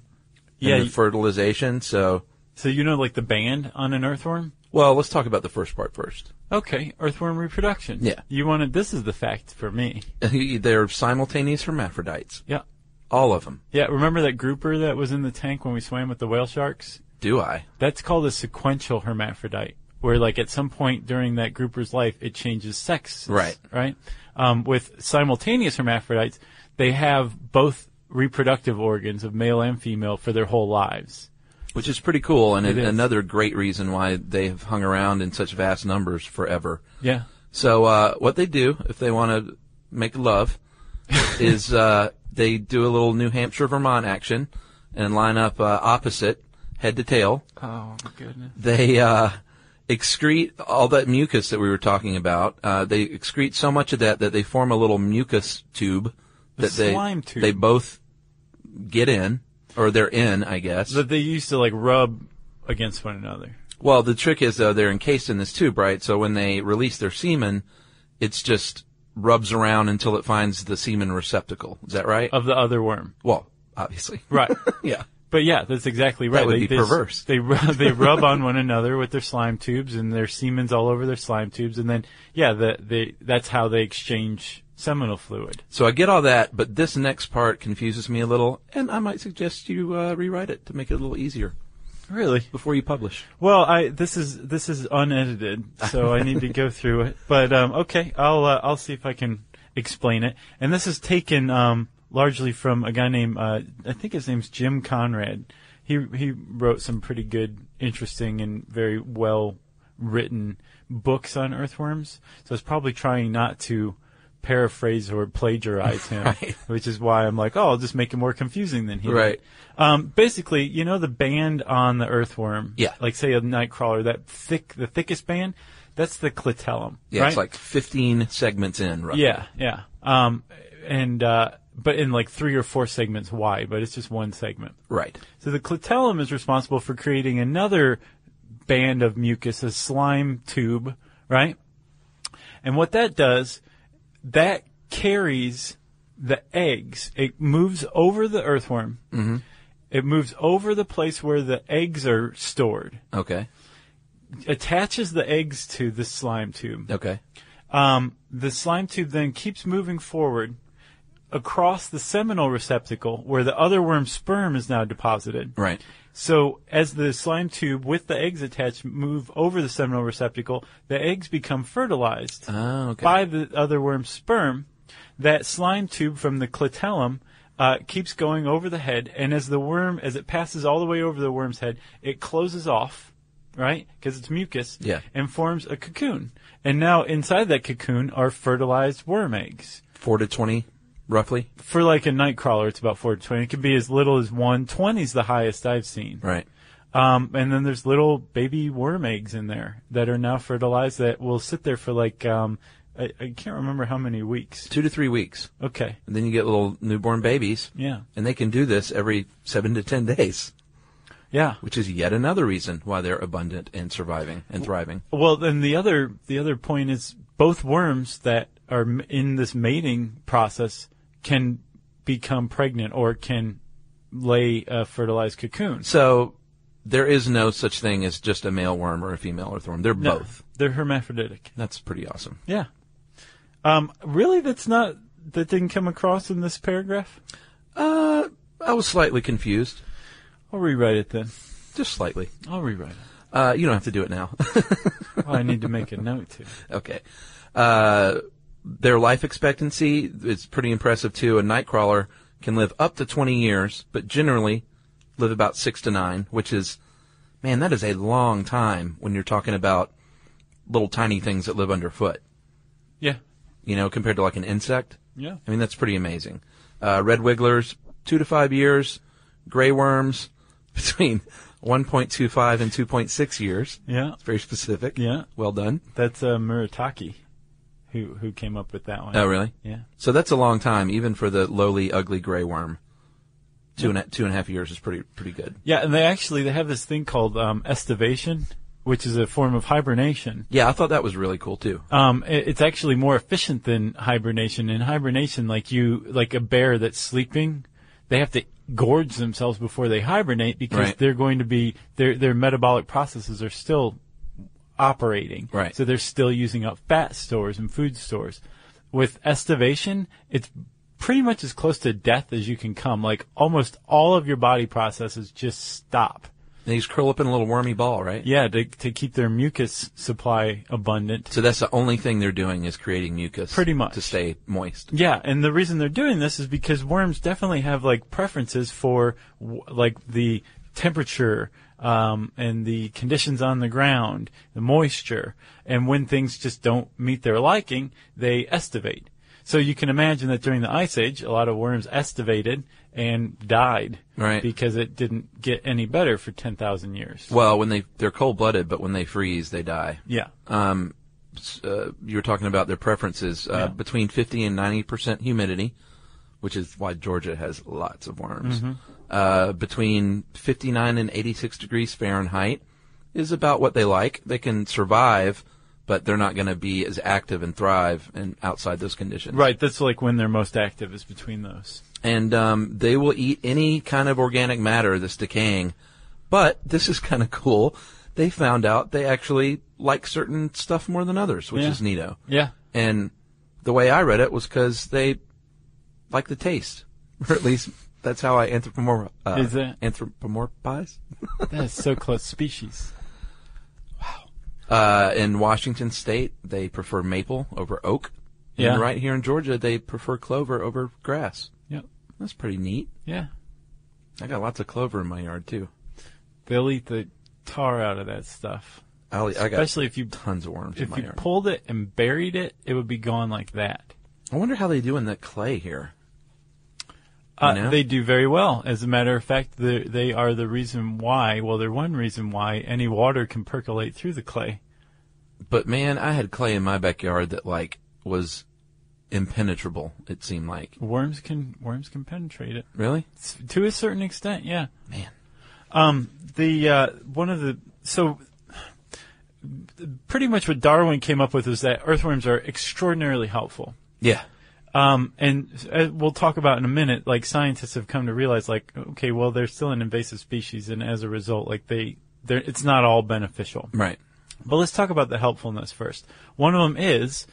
Speaker 4: Yeah.
Speaker 2: and
Speaker 4: you-
Speaker 2: the fertilization. So,
Speaker 4: so you know, like the band on an earthworm.
Speaker 2: well, let's talk about the first part first.
Speaker 4: Okay, earthworm reproduction.
Speaker 2: Yeah.
Speaker 4: You want to? This is the fact for me.
Speaker 2: They're simultaneous hermaphrodites,
Speaker 4: Yeah.
Speaker 2: all of them.
Speaker 4: Yeah. Remember that grouper that was in the tank when we swam with the whale sharks?
Speaker 2: Do I?
Speaker 4: That's called a sequential hermaphrodite, where like at some point during that grouper's life, it changes sex.
Speaker 2: Right.
Speaker 4: Right. Um, with simultaneous hermaphrodites, they have both reproductive organs of male and female for their whole lives.
Speaker 2: Which is pretty cool, and
Speaker 4: It
Speaker 2: a-
Speaker 4: is.
Speaker 2: another great reason why they have hung around in such vast numbers forever.
Speaker 4: Yeah.
Speaker 2: So, uh, what they do if they want to make love is uh, they do a little New Hampshire Vermont action and line up uh, opposite, head to tail.
Speaker 4: Oh goodness.
Speaker 2: They uh, excrete all that mucus that we were talking about. Uh, they excrete so much of that that they form a little mucus tube that they
Speaker 4: slime tube.
Speaker 2: they both get in or they're in, I guess.
Speaker 4: That they used to like rub against one another.
Speaker 2: Well, the trick is though they're encased in this tube, right? So when they release their semen, it's just rubs around until it finds the semen receptacle. Is that right?
Speaker 4: Of the other worm.
Speaker 2: well, obviously.
Speaker 4: Right.
Speaker 2: yeah.
Speaker 4: But yeah, that's exactly right.
Speaker 2: would
Speaker 4: they,
Speaker 2: be
Speaker 4: they,
Speaker 2: perverse.
Speaker 4: They rub, they rub on one another with their slime tubes, and their semen's all over their slime tubes, and then yeah, the, they that's how they exchange seminal fluid.
Speaker 2: So I get all that, but this next part confuses me a little, and I might suggest you uh, rewrite it to make it a little easier
Speaker 4: Really?
Speaker 2: before you publish.
Speaker 4: Well, I this is this is unedited, so I need to go through it. But um, okay, I'll uh, I'll see if I can explain it. And this is taken um, largely from a guy named uh, I think his name's Jim Conrad. He he wrote some pretty good, interesting, and very well written books on earthworms. So I was probably trying not to paraphrase or plagiarize him,
Speaker 2: Right.
Speaker 4: which is why I'm like, oh, I'll just make it more confusing than he did.
Speaker 2: Right.
Speaker 4: Um, basically, you know the band on the earthworm.
Speaker 2: Yeah.
Speaker 4: Like say a nightcrawler, that thick, the thickest band. That's the clitellum.
Speaker 2: Yeah,
Speaker 4: right?
Speaker 2: it's like 15 segments in, right?
Speaker 4: Yeah, yeah. Um, and uh, but in like three or four segments wide, but it's just one segment.
Speaker 2: Right.
Speaker 4: So the clitellum is responsible for creating another band of mucus, a slime tube, right? And what that does, that carries the eggs. It moves over the earthworm. It moves over the place where the eggs are stored.
Speaker 2: Okay.
Speaker 4: Attaches the eggs to the slime tube.
Speaker 2: Okay.
Speaker 4: Um, the slime tube then keeps moving forward across the seminal receptacle where the other worm's sperm is now deposited.
Speaker 2: Right.
Speaker 4: So as the slime tube with the eggs attached move over the seminal receptacle, the eggs become fertilized
Speaker 2: Oh, okay.
Speaker 4: by the other worm's sperm, that slime tube from the clitellum uh, keeps going over the head, and as the worm, as it passes all the way over the worm's head, it closes off, right? Because it's mucus,
Speaker 2: Yeah.
Speaker 4: and forms a cocoon. And now inside that cocoon are fertilized worm eggs.
Speaker 2: Four to twenty, roughly.
Speaker 4: For like a night crawler, it's about 420. It can be as little as 120 is the highest I've seen.
Speaker 2: Right.
Speaker 4: Um, and then there's little baby worm eggs in there that are now fertilized that will sit there for like, um, I, I can't remember how many weeks.
Speaker 2: Two to three weeks,
Speaker 4: Okay.
Speaker 2: and then you get little newborn babies.
Speaker 4: Yeah.
Speaker 2: And they can do this every seven to ten days,
Speaker 4: Yeah.
Speaker 2: which is yet another reason why they're abundant and surviving and thriving.
Speaker 4: Well, then the other, the other point is both worms that are m- in this mating process can become pregnant or can lay a fertilized cocoon.
Speaker 2: So there is no such thing as just a male worm or a female earthworm. They're
Speaker 4: No,
Speaker 2: both.
Speaker 4: They're hermaphroditic.
Speaker 2: That's pretty awesome.
Speaker 4: Yeah. Um, really, that's not, that didn't come across in this paragraph?
Speaker 2: Uh, I was slightly confused,
Speaker 4: I'll rewrite it then.
Speaker 2: just slightly.
Speaker 4: I'll rewrite it.
Speaker 2: Uh, you don't have to do it now.
Speaker 4: Well, I need to make a note too.
Speaker 2: okay. Uh, their life expectancy is pretty impressive too. A nightcrawler can live up to 20 years, but generally live about six to nine, which is, man, that is a long time when you're talking about little tiny things that live underfoot,
Speaker 4: Yeah.
Speaker 2: you know, compared to like an insect.
Speaker 4: Yeah.
Speaker 2: I mean, that's pretty amazing. Uh, red wigglers, two to five years. Gray worms, between 1.25 and 2.6 years.
Speaker 4: Yeah.
Speaker 2: It's very specific.
Speaker 4: Yeah.
Speaker 2: Well done.
Speaker 4: That's uh, Murataki who who came up with that one.
Speaker 2: Oh, really?
Speaker 4: Yeah.
Speaker 2: So that's a long time, even for the lowly, ugly gray worm. Two and a, two and a half years is pretty pretty good.
Speaker 4: Yeah, and they actually they have this thing called um, estivation, which is a form of hibernation.
Speaker 2: Yeah, I thought that was really cool too.
Speaker 4: Um, i- it's actually more efficient than hibernation. In hibernation, like you, like a bear that's sleeping, they have to gorge themselves before they hibernate because
Speaker 2: Right.
Speaker 4: they're going to be their their metabolic processes are still operating.
Speaker 2: Right.
Speaker 4: So they're still using up fat stores and food stores. With estivation, it's pretty much as close to death as you can come. Like almost all of your body processes just stop.
Speaker 2: And these curl up in a little wormy ball, right?
Speaker 4: Yeah, to to keep their mucus supply abundant.
Speaker 2: So that's the only thing they're doing is creating mucus.
Speaker 4: Pretty much.
Speaker 2: To stay moist.
Speaker 4: Yeah, and the reason they're doing this is because worms definitely have like preferences for w- like the temperature um, and the conditions on the ground, the moisture, and when things just don't meet their liking, they estivate. So you can imagine that during the ice age, a lot of worms estivated and died
Speaker 2: Right.
Speaker 4: because it didn't get any better for ten thousand years.
Speaker 2: Well, when they, they're cold blooded, but when they freeze, they die.
Speaker 4: Yeah.
Speaker 2: um, s- uh, you were talking about their preferences uh, between 50 and 90 percent humidity, which is why Georgia has lots of worms.
Speaker 4: Mm-hmm.
Speaker 2: Uh, between 59 and 86 degrees Fahrenheit is about what they like. They can survive, but they're not going to be as active and thrive and outside those conditions.
Speaker 4: Right, that's like when they're most active is between those.
Speaker 2: And um, they will eat any kind of organic matter that's decaying. But this is kind of cool. They found out they actually like certain stuff more than others, which
Speaker 4: Yeah.
Speaker 2: is neato.
Speaker 4: Yeah.
Speaker 2: And the way I read it was because they like the taste, or at least that's how I anthropomor- uh,
Speaker 4: Is that-
Speaker 2: anthropomorphize.
Speaker 4: That is so close species.
Speaker 2: Uh, in Washington State, they prefer maple over oak.
Speaker 4: Yeah.
Speaker 2: And right here in Georgia, they prefer clover over grass.
Speaker 4: Yep.
Speaker 2: That's pretty neat.
Speaker 4: Yeah.
Speaker 2: I got lots of clover in my yard too.
Speaker 4: They'll eat the tar out of that stuff.
Speaker 2: I'll, I got
Speaker 4: Especially if you
Speaker 2: tons of worms in
Speaker 4: if
Speaker 2: my
Speaker 4: you
Speaker 2: yard.
Speaker 4: pulled it and buried it, it would be gone like that.
Speaker 2: I wonder how they do in that clay here.
Speaker 4: Uh,
Speaker 2: know?
Speaker 4: They do very well. As a matter of fact, the, they are the reason why. Well, they're one reason why any water can percolate through the clay.
Speaker 2: But man, I had clay in my backyard that like was impenetrable. It seemed like
Speaker 4: Worms can worms can penetrate it
Speaker 2: really.
Speaker 4: S- to a certain extent. Yeah.
Speaker 2: Man.
Speaker 4: Um. The uh, one of the so. Pretty much what Darwin came up with is that earthworms are extraordinarily helpful.
Speaker 2: Yeah.
Speaker 4: Um, and uh, we'll talk about in a minute, like scientists have come to realize, like, okay, well, they're still an invasive species, and as a result, like they, they're, it's not all beneficial.
Speaker 2: Right.
Speaker 4: But let's talk about the helpfulness first. One of them is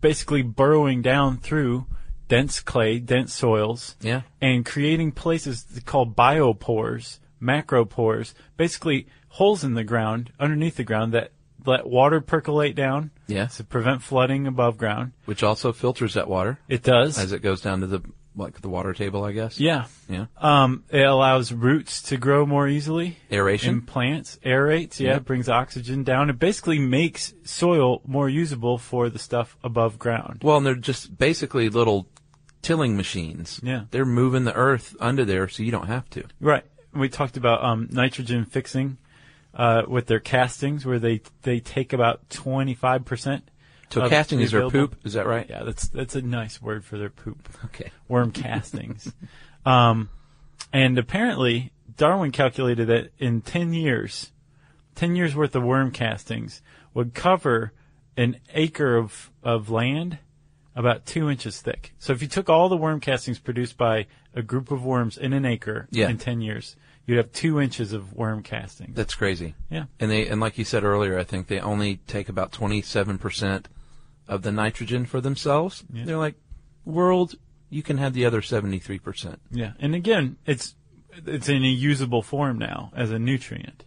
Speaker 4: basically burrowing down through dense clay, dense soils,
Speaker 2: Yeah.
Speaker 4: and creating places called biopores, macropores, basically holes in the ground, underneath the ground that let water percolate down
Speaker 2: Yeah.
Speaker 4: to prevent flooding above ground.
Speaker 2: Which also filters that water
Speaker 4: It does.
Speaker 2: as it goes down to the like the water table, I guess.
Speaker 4: yeah.
Speaker 2: Yeah.
Speaker 4: Um, it allows roots to grow more easily.
Speaker 2: Aeration.
Speaker 4: In plants, aerates, yeah,
Speaker 2: Yeah.
Speaker 4: it brings oxygen down. It basically makes soil more usable for the stuff above ground.
Speaker 2: Well, and they're just basically little tilling machines.
Speaker 4: Yeah.
Speaker 2: They're moving the earth under there so you don't have to.
Speaker 4: Right. We talked about um, nitrogen fixing uh, with their castings, where they they take about twenty five percent.
Speaker 2: So
Speaker 4: Of
Speaker 2: casting is their
Speaker 4: available-
Speaker 2: poop, is that right?
Speaker 4: Yeah, that's that's a nice word for their poop.
Speaker 2: Okay.
Speaker 4: Worm castings. um, and apparently, Darwin calculated that in ten years, ten years worth of worm castings would cover an acre of of land about two inches thick. So if you took all the worm castings produced by a group of worms in an acre
Speaker 2: Yeah.
Speaker 4: in ten years, you'd have two inches of worm castings.
Speaker 2: That's crazy.
Speaker 4: yeah.
Speaker 2: And they and like you said earlier, I think they only take about twenty seven percent of the nitrogen for themselves. They're like, world, you can have the other seventy three percent.
Speaker 4: Yeah, and again, it's it's in a usable form now as a nutrient.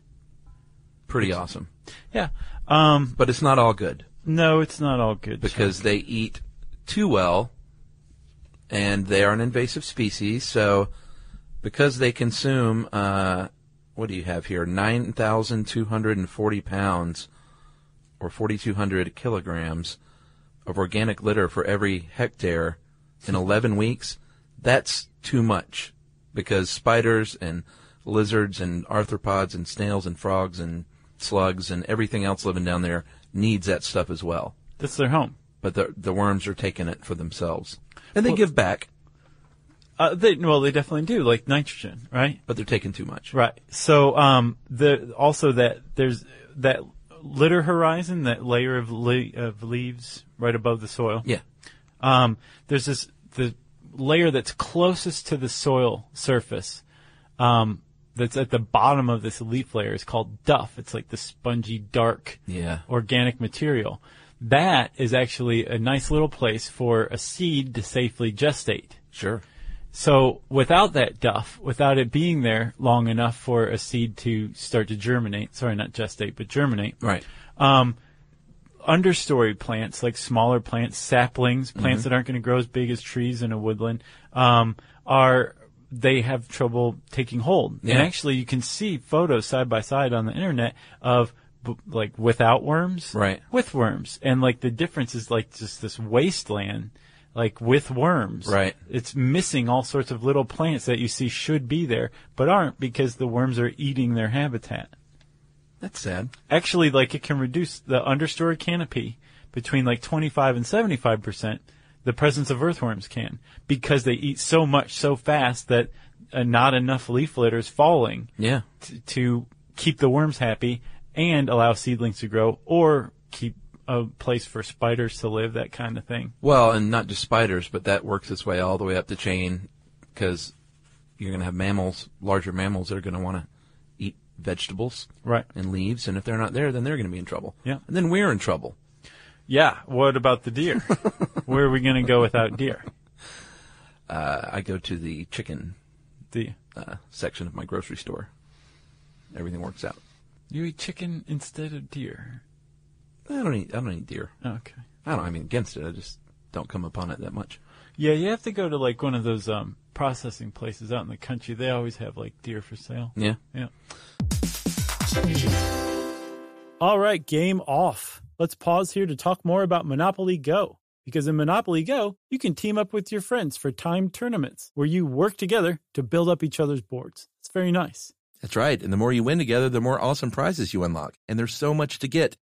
Speaker 2: Pretty awesome.
Speaker 4: Yeah. Um,
Speaker 2: But it's not all good
Speaker 4: no, it's not all good.
Speaker 2: because they eat too well and they are an invasive species, so because they consume uh what do you have here? Nine thousand two hundred and forty pounds or forty two hundred kilograms of organic litter for every hectare in 11 weeks, that's too much because spiders and lizards and arthropods and snails and frogs and slugs and everything else living down there needs that stuff as well.
Speaker 4: That's their home.
Speaker 2: But the, the worms are taking it for themselves. And they give back,
Speaker 4: Uh, they, well, they definitely do, like nitrogen, right?
Speaker 2: but they're taking too much.
Speaker 4: Right. So, um, the also that there's that litter horizon, that layer of le- of leaves right above the soil.
Speaker 2: Yeah.
Speaker 4: um, there's this the layer that's closest to the soil surface um, that's at the bottom of this leaf layer is called duff. It's like the spongy, dark,
Speaker 2: Yeah.
Speaker 4: organic material. That is actually a nice little place for a seed to safely gestate.
Speaker 2: Sure.
Speaker 4: So without that duff, without it being there long enough for a seed to start to germinate, sorry, not gestate, but germinate,
Speaker 2: Right.
Speaker 4: understory plants, like smaller plants,
Speaker 2: Mm-hmm.
Speaker 4: saplings, plants that aren't going to grow as big as trees in a woodland, um, are they have trouble taking hold.
Speaker 2: Yeah.
Speaker 4: And actually, you can see photos side by side on the internet of b- like without worms,
Speaker 2: Right.
Speaker 4: with worms, and like the difference is like just this wasteland. Like with worms.
Speaker 2: Right.
Speaker 4: It's missing all sorts of little plants that you see should be there, but aren't because the worms are eating their habitat
Speaker 2: That's sad.
Speaker 4: actually like it can reduce the understory canopy between like 25 and 75 percent the presence of earthworms can because they eat so much so fast that uh, not enough leaf litter is falling
Speaker 2: Yeah.
Speaker 4: t- to keep the worms happy and allow seedlings to grow or keep a place for spiders to live that kind of thing
Speaker 2: Well, and not just spiders, but that works its way all the way up the chain because you're going to have mammals, larger mammals that are going to want to eat vegetables
Speaker 4: right
Speaker 2: and leaves. And if they're not there, then they're going to be in trouble.
Speaker 4: Yeah.
Speaker 2: And then we're in trouble.
Speaker 4: yeah what about the deer where are we going to go without deer
Speaker 2: Uh, I go to the chicken
Speaker 4: the
Speaker 2: uh, section of my grocery store. Everything works out.
Speaker 4: you eat chicken instead of deer
Speaker 2: I don't eat. I don't eat deer.
Speaker 4: okay
Speaker 2: I don't. I mean, against it. I just don't come upon it that much.
Speaker 4: Yeah, you have to go to like one of those um, processing places out in the country. They always have like deer for sale.
Speaker 2: Yeah.
Speaker 4: Yeah.
Speaker 7: All right, game off. Let's pause here to talk more about Monopoly Go. Because in Monopoly Go, you can team up with your friends for timed tournaments where you work together to build up each other's boards. It's very nice.
Speaker 2: That's right. And the more you win together, the more awesome prizes you unlock. And there's so much to get.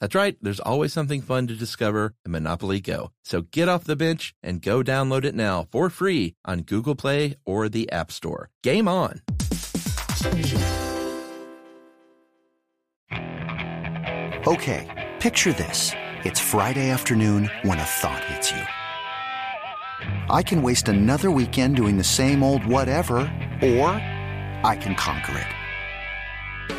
Speaker 2: That's right, there's always something fun to discover in Monopoly Go. So get off the bench and go download it now for free on Google Play or the App Store. Game on!
Speaker 5: Okay, picture this. It's Friday afternoon when a thought hits you. I can waste another weekend doing the same old whatever, or I can conquer it.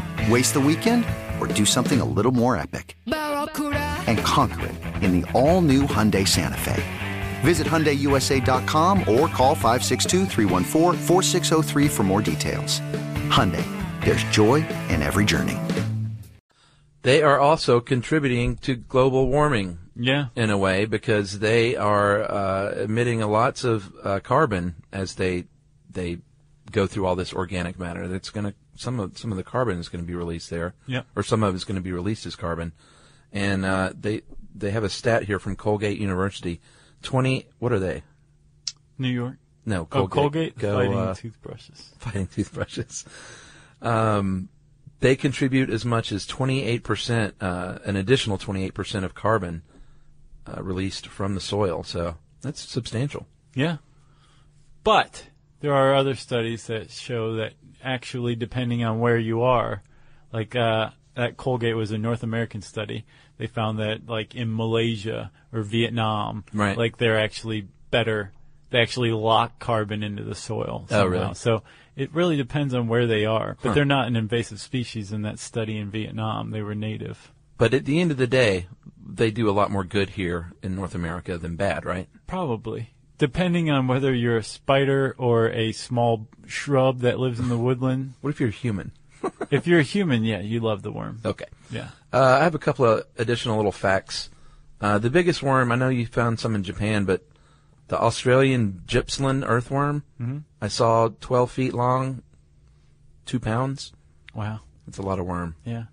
Speaker 5: Waste the weekend or do something a little more epic? And conquer it in the all new Hyundai Santa Fe. Visit HyundaiUSA.com or call 562-314-4603 for more details. Hyundai, there's joy in every journey.
Speaker 2: They are also contributing to global warming
Speaker 4: Yeah.
Speaker 2: in a way because they are uh, emitting lots of uh, carbon as they they go through all this organic matter. That's going to some of some of the carbon is going to be released there,
Speaker 4: Yep.
Speaker 2: or some of it's going to be released as carbon. And uh, they they have a stat here from Colgate University. Twenty, what are they?
Speaker 4: New York.
Speaker 2: No,
Speaker 4: Oh,
Speaker 2: Colgate.
Speaker 4: Colgate
Speaker 2: Go,
Speaker 4: fighting
Speaker 2: uh,
Speaker 4: toothbrushes.
Speaker 2: fighting toothbrushes. Um, they contribute as much as 28%, uh, an additional 28% of carbon uh, released from the soil. So that's substantial.
Speaker 4: Yeah. But there are other studies that show that actually, depending on where you are, like uh, that Colgate was a North American study. They found that, like in Malaysia or Vietnam,
Speaker 2: Right.
Speaker 4: like they're actually better. They actually lock carbon into the soil.
Speaker 2: Oh,
Speaker 4: Somehow.
Speaker 2: really?
Speaker 4: So it really depends on where they are. But they're not an invasive species in that study in Vietnam. They were native.
Speaker 2: But at the end of the day, they do a lot more good here in North America than bad, right?
Speaker 4: Probably. Depending on whether you're a spider or a small shrub that lives in the woodland.
Speaker 2: What if you're human?
Speaker 4: if you're a human, yeah, you love the worm.
Speaker 2: Okay.
Speaker 4: Yeah.
Speaker 2: Uh, I have a couple of additional little facts. Uh, the biggest worm, I know you found some in Japan, but the Australian gypsum earthworm, I saw 12 feet long, two pounds.
Speaker 4: Wow.
Speaker 2: That's a lot of worm.
Speaker 4: Yeah.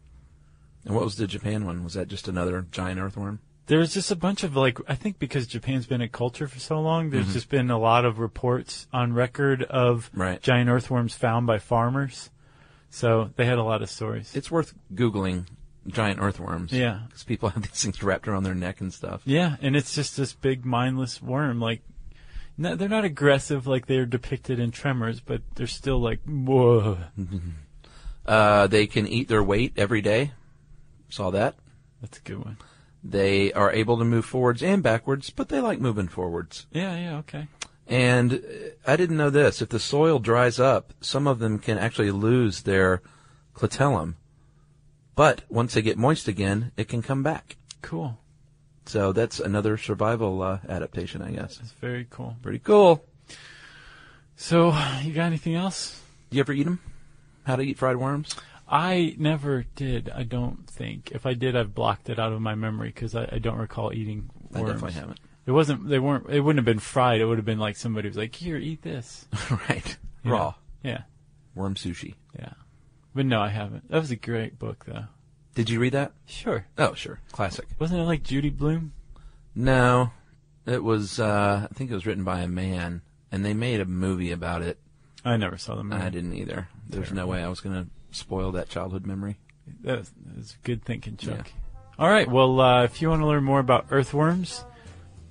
Speaker 2: And what was the Japan one? Was that just another giant earthworm?
Speaker 4: There's just a bunch of like I think because Japan's been a culture for so long,
Speaker 2: Mm-hmm.
Speaker 4: there's just been a lot of reports on record of
Speaker 2: Right.
Speaker 4: giant earthworms found by farmers. So they had a lot of stories.
Speaker 2: It's worth Googling giant earthworms.
Speaker 4: Yeah.
Speaker 2: Because people have these things wrapped around their neck and stuff.
Speaker 4: yeah, and it's just this big mindless worm. Like, no, they're not aggressive like they're depicted in Tremors, but they're still like whoa.
Speaker 2: Uh, they can eat their weight every day. Saw that.
Speaker 4: That's a good one.
Speaker 2: They are able to move forwards and backwards, but they like moving forwards.
Speaker 4: Yeah, yeah, okay.
Speaker 2: And uh, I didn't know this. If the soil dries up, some of them can actually lose their clitellum. But once they get moist again, it can come back.
Speaker 4: Cool.
Speaker 2: So that's another survival uh, adaptation, I guess.
Speaker 4: That's very cool.
Speaker 2: Pretty cool.
Speaker 4: So, you got anything else?
Speaker 2: You ever eat them? How to eat fried worms?
Speaker 4: I never did. I don't think. If I did, I've blocked it out of my memory because I, I don't recall eating
Speaker 2: I
Speaker 4: worms.
Speaker 2: definitely haven't.
Speaker 4: It wasn't. They weren't. It wouldn't have been fried. It would have been like somebody was like, "Here, eat this."
Speaker 2: right.
Speaker 4: You
Speaker 2: Raw
Speaker 4: know? Yeah,
Speaker 2: worm sushi.
Speaker 4: yeah. But no, I haven't. That was a great book, though.
Speaker 2: Did you read that?
Speaker 4: Sure.
Speaker 2: Oh, sure. Classic.
Speaker 4: Wasn't it like Judy Bloom?
Speaker 2: No, it was. Uh, I think it was written by a man, and they made a movie about it.
Speaker 4: I never saw the movie.
Speaker 2: I didn't either. There's no way I was going to spoil that childhood memory.
Speaker 4: That was, that was good thinking, Chuck. All right. Well, uh, if you want to learn more about earthworms,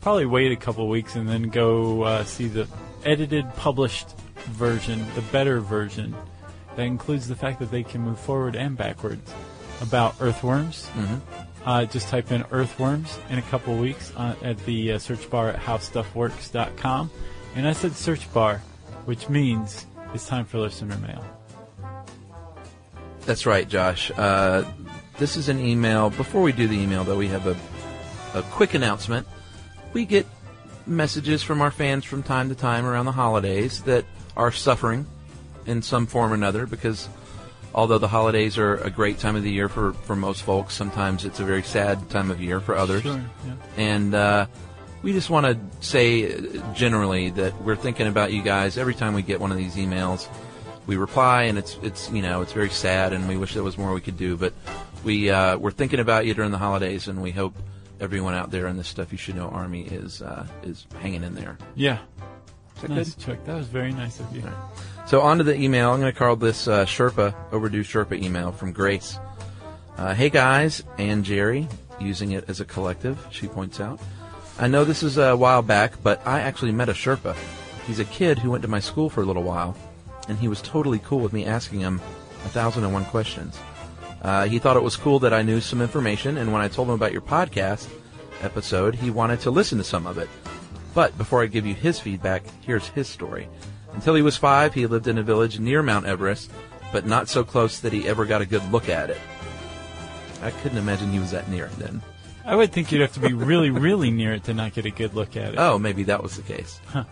Speaker 4: probably wait a couple weeks and then go uh, see the edited, published version, the better version. That includes the fact that they can move forward and backwards. About earthworms, uh, just type in earthworms in a couple weeks uh, at the uh, search bar at howstuffworks.com. And I said search bar, which means it's time for listener mail.
Speaker 2: That's right, Josh. Uh, this is an email. Before we do the email, though, we have a, a quick announcement. We get messages from our fans from time to time around the holidays that are suffering in some form or another because although the holidays are a great time of the year for, for most folks, sometimes it's a very sad time of year for others.
Speaker 4: Sure. Yeah.
Speaker 2: And uh, we just want to say uh, generally that we're thinking about you guys every time we get one of these emails. We reply, and it's it's you know it's very sad, and we wish there was more we could do. But we uh, we're thinking about you during the holidays, and we hope everyone out there in the stuff you should know army is uh, is hanging in there.
Speaker 4: Yeah.
Speaker 2: Is that
Speaker 4: Nice,
Speaker 2: good?
Speaker 4: Chuck. That was very nice of you.
Speaker 2: So on to the email. I'm going to call this uh, Sherpa overdue Sherpa email from Grace. Uh, hey guys, and Jerry, using it as a collective. She points out. I know this is a while back, but I actually met a Sherpa. He's a kid who went to my school for a little while, and he was totally cool with me asking him a thousand and one questions. Uh, he thought it was cool that I knew some information, and when I told him about your podcast episode, he wanted to listen to some of it. But before I give you his feedback, here's his story. Until he was five, he lived in a village near Mount Everest, but not so close that he ever got a good look at it. I couldn't imagine he was that near it then.
Speaker 4: I would think you'd have to be really, really near it to not get a good look at it.
Speaker 2: Oh, maybe that was the case.
Speaker 4: Huh.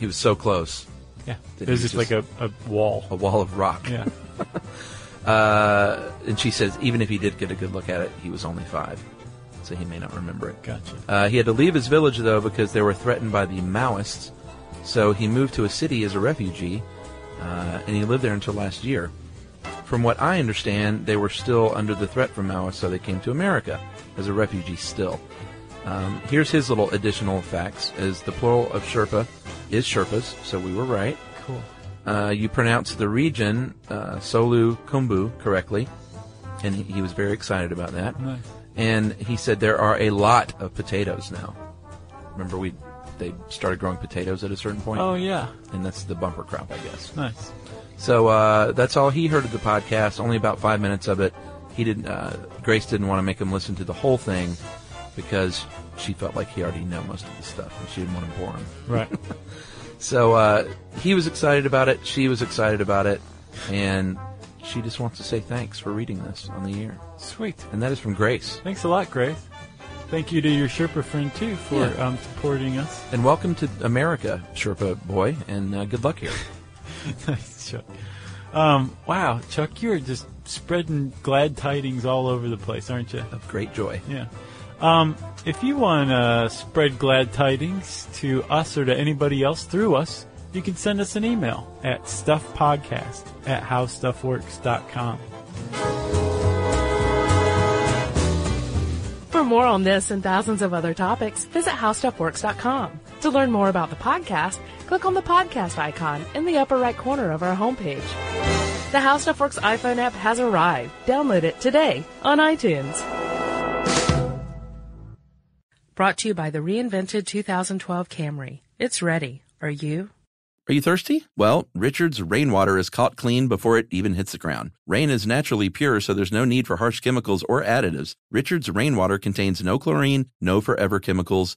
Speaker 2: He was so close.
Speaker 4: yeah.
Speaker 2: Then
Speaker 4: There's
Speaker 2: he's
Speaker 4: just like a,
Speaker 2: just-
Speaker 4: a wall.
Speaker 2: A wall of rock.
Speaker 4: Yeah.
Speaker 2: Uh, and she says, even if he did get a good look at it, he was only five. So he may not remember it.
Speaker 4: Gotcha.
Speaker 2: Uh, he had to leave his village, though, because they were threatened by the Maoists. So he moved to a city as a refugee, uh, and he lived there until last year. From what I understand, they were still under the threat from Maoists, so they came to America as a refugee still. Um, here's his little additional facts, as the plural of Sherpa is Sherpas, so we were right.
Speaker 4: Cool.
Speaker 2: Uh, you pronounce the region uh, Solu Kumbu correctly, and he, he was very excited about that.
Speaker 4: Nice.
Speaker 2: And he said there are a lot of potatoes now. Remember, we they started growing potatoes at a certain point,
Speaker 4: Oh, yeah.
Speaker 2: and that's the bumper crop, I guess.
Speaker 4: Nice.
Speaker 2: So uh, that's all he heard of the podcast. Only about five minutes of it. He didn't. Uh, Grace didn't want to make him listen to the whole thing because she felt like he already knew most of the stuff, and she didn't want to bore him.
Speaker 4: Right.
Speaker 2: So uh, he was excited about it. She was excited about it, and she just wants to say thanks for reading this on the air.
Speaker 4: Sweet.
Speaker 2: And that is from Grace.
Speaker 4: Thanks a lot, Grace. Thank you to your Sherpa friend, too, for
Speaker 2: Yeah.
Speaker 4: um, supporting us.
Speaker 2: And welcome to America, Sherpa boy, and uh, good luck here.
Speaker 4: Thanks, Chuck. Um, wow, Chuck, you're just spreading glad tidings all over the place, aren't you?
Speaker 2: Of great joy.
Speaker 4: Yeah. Um, if you want to spread glad tidings to us or to anybody else through us, you can send us an email at stuffpodcast at howstuffworks.com.
Speaker 3: For more on this and thousands of other topics, visit howstuffworks.com. To learn more about the podcast, click on the podcast icon in the upper right corner of our homepage. The How Stuff Works iPhone app has arrived. Download it today on iTunes. Brought to you by the reinvented 2012 Camry. It's ready. Are you?
Speaker 2: Are you thirsty? Well, Richard's rainwater is caught clean before it even hits the ground. Rain is naturally pure, so there's no need for harsh chemicals or additives. Richard's rainwater contains no chlorine, no forever chemicals,